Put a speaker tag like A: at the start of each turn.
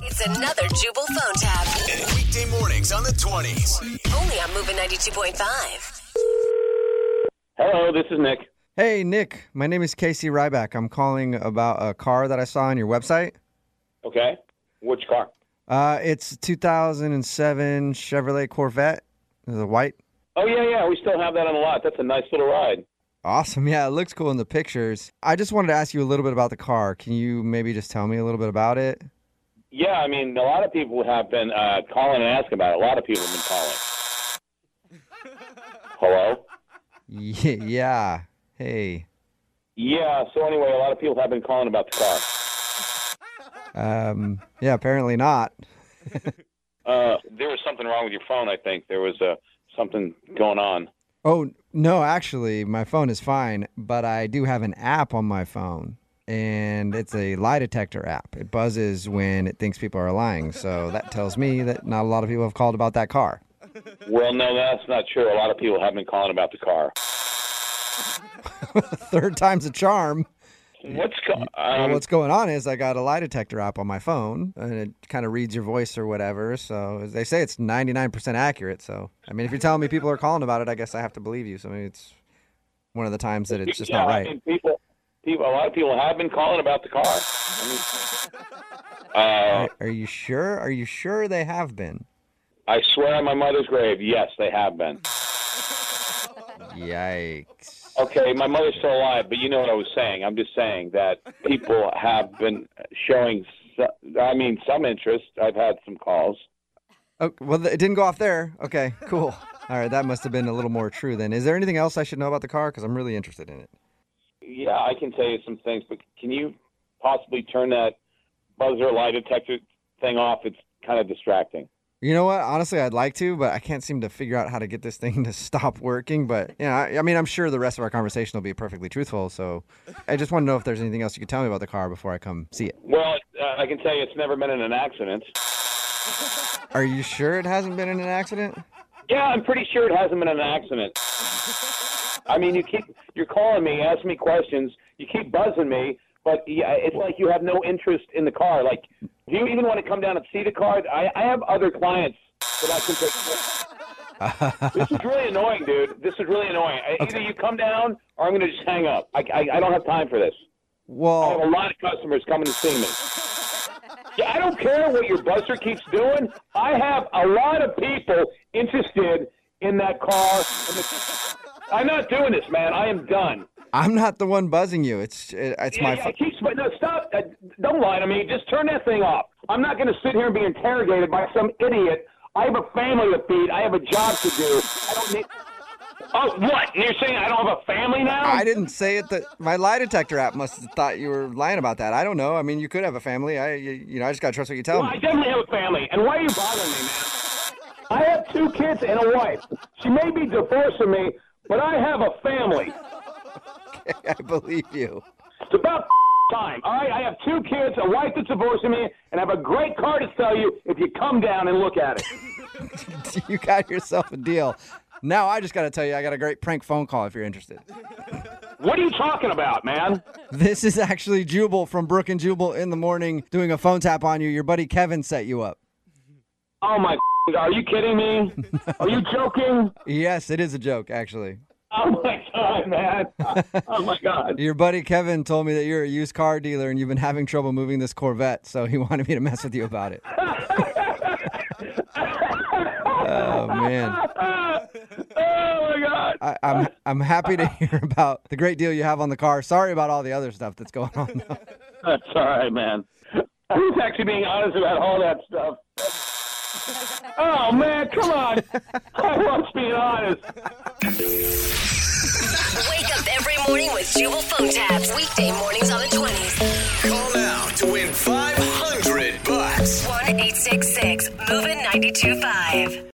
A: It's another Jubal phone tab.
B: Weekday mornings on the 20s.
A: Only on Moving 92.5.
C: Hello, this is Nick.
D: Hey, Nick. My name is Casey Ryback. I'm calling about a car that I saw on your website.
C: Okay. Which car?
D: Uh, it's 2007 Chevrolet Corvette. It's a white.
C: Oh, yeah, yeah. We still have that on the lot. That's a nice little ride.
D: Awesome. Yeah, it looks cool in the pictures. I just wanted to ask you a little bit about the car. Can you maybe just tell me a little bit about it?
C: Yeah, I mean, a lot of people have been uh, calling and asking about it. A lot of people have been calling. Hello?
D: Ye- yeah. Hey.
C: Yeah, so anyway, a lot of people have been calling about the car.
D: Um, yeah, apparently not.
C: Uh, there was something wrong with your phone, I think. There was uh, something going on.
D: Oh, no, actually, my phone is fine, but I do have an app on my phone, and it's a lie detector app. It buzzes when it thinks people are lying, so that tells me that not a lot of people have called about that car.
C: Well, no, that's not true. A lot of people have been calling about the car.
D: Third time's a charm.
C: What's co-
D: Well,
C: um,
D: what's going on is I got a lie detector app on my phone, and it kind of reads your voice or whatever. So they say it's 99% accurate. So, I mean, if you're telling me people are calling about it, I guess I have to believe you. So maybe it's one of the times that it's just
C: yeah,
D: not
C: I
D: right.
C: mean, people, people, a lot of people have been calling about the car. I mean, uh,
D: Are you sure? Are you sure they have been?
C: I swear on my mother's grave, yes, they have been.
D: Yikes.
C: Okay, my mother's still alive, but you know what I was saying. I'm just saying that people have been showing, so- I mean, some interest. I've had some calls.
D: Oh, well, it didn't go off there. Okay, cool. All right, that must have been a little more true then. Is there anything else I should know about the car? Because I'm really interested in it.
C: Yeah, I can tell you some things, but can you possibly turn that buzzer lie detector thing off? It's kind of distracting.
D: You know what? Honestly, I'd like to, but I can't seem to figure out how to get this thing to stop working. But yeah, I, I mean, I'm sure the rest of our conversation will be perfectly truthful. So I just want to know if there's anything else you could tell me about the car before I come see it.
C: Well, uh, I can tell you it's never been in an accident.
D: Are you sure it hasn't been in an accident?
C: Yeah, I'm pretty sure it hasn't been an accident. I mean, you keep you're calling me, asking me questions, you keep buzzing me, but yeah, it's like you have no interest in the car. Like, do you even want to come down and see the car? I, I have other clients that I can take. this is really annoying, dude. This is really annoying. I Either you come down, or I'm going to just hang up. I, I, I don't have time for this. I have
D: Well,
C: a lot of customers coming to see me. Yeah, I don't care what your buzzer keeps doing. I have a lot of people interested in that car. and the- I'm not doing this, man. I am done.
D: I'm not the one buzzing you. It's it, it's
C: Yeah,
D: my
C: yeah,
D: fault.
C: it keeps, but no, stop. Uh, Don't lie to me. Just turn that thing off. I'm not going to sit here and be interrogated by some idiot. I have a family to feed. I have a job to do. I don't need. Oh, what? You're saying I don't have a family now?
D: I didn't say it. That my lie detector app must have thought you were lying about that. I don't know. I mean, you could have a family. I you, you know I just gotta trust what you tell
C: Well, I
D: me.
C: definitely have a family. And why are you bothering me, man? I have two kids and a wife. She may be divorcing me, but I have a family.
D: I believe you.
C: It's about time. All right, I have two kids, a wife that's divorcing me, and I have a great car to sell you if you come down and look at it.
D: you got yourself a deal. Now I just got to tell you, I got a great prank phone call if you're interested.
C: What are you talking about, man?
D: This is actually Jubal from Brook and Jubal in the morning doing a phone tap on you. Your buddy Kevin set you up.
C: Oh my God, are you kidding me? Are you joking?
D: Yes, it is a joke, actually.
C: Oh my God, man. Oh my God.
D: Your buddy Kevin told me that you're a used car dealer and you've been having trouble moving this Corvette, so he wanted me to mess with you about it. oh man.
C: Oh my God.
D: I, I'm I'm happy to hear about the great deal you have on the car. Sorry about all the other stuff that's going on. though.
C: That's all right, man. Who's actually being honest about all that stuff? Oh man, come on! I was being honest.
A: Wake up every morning with Jubal phone tabs. Weekday mornings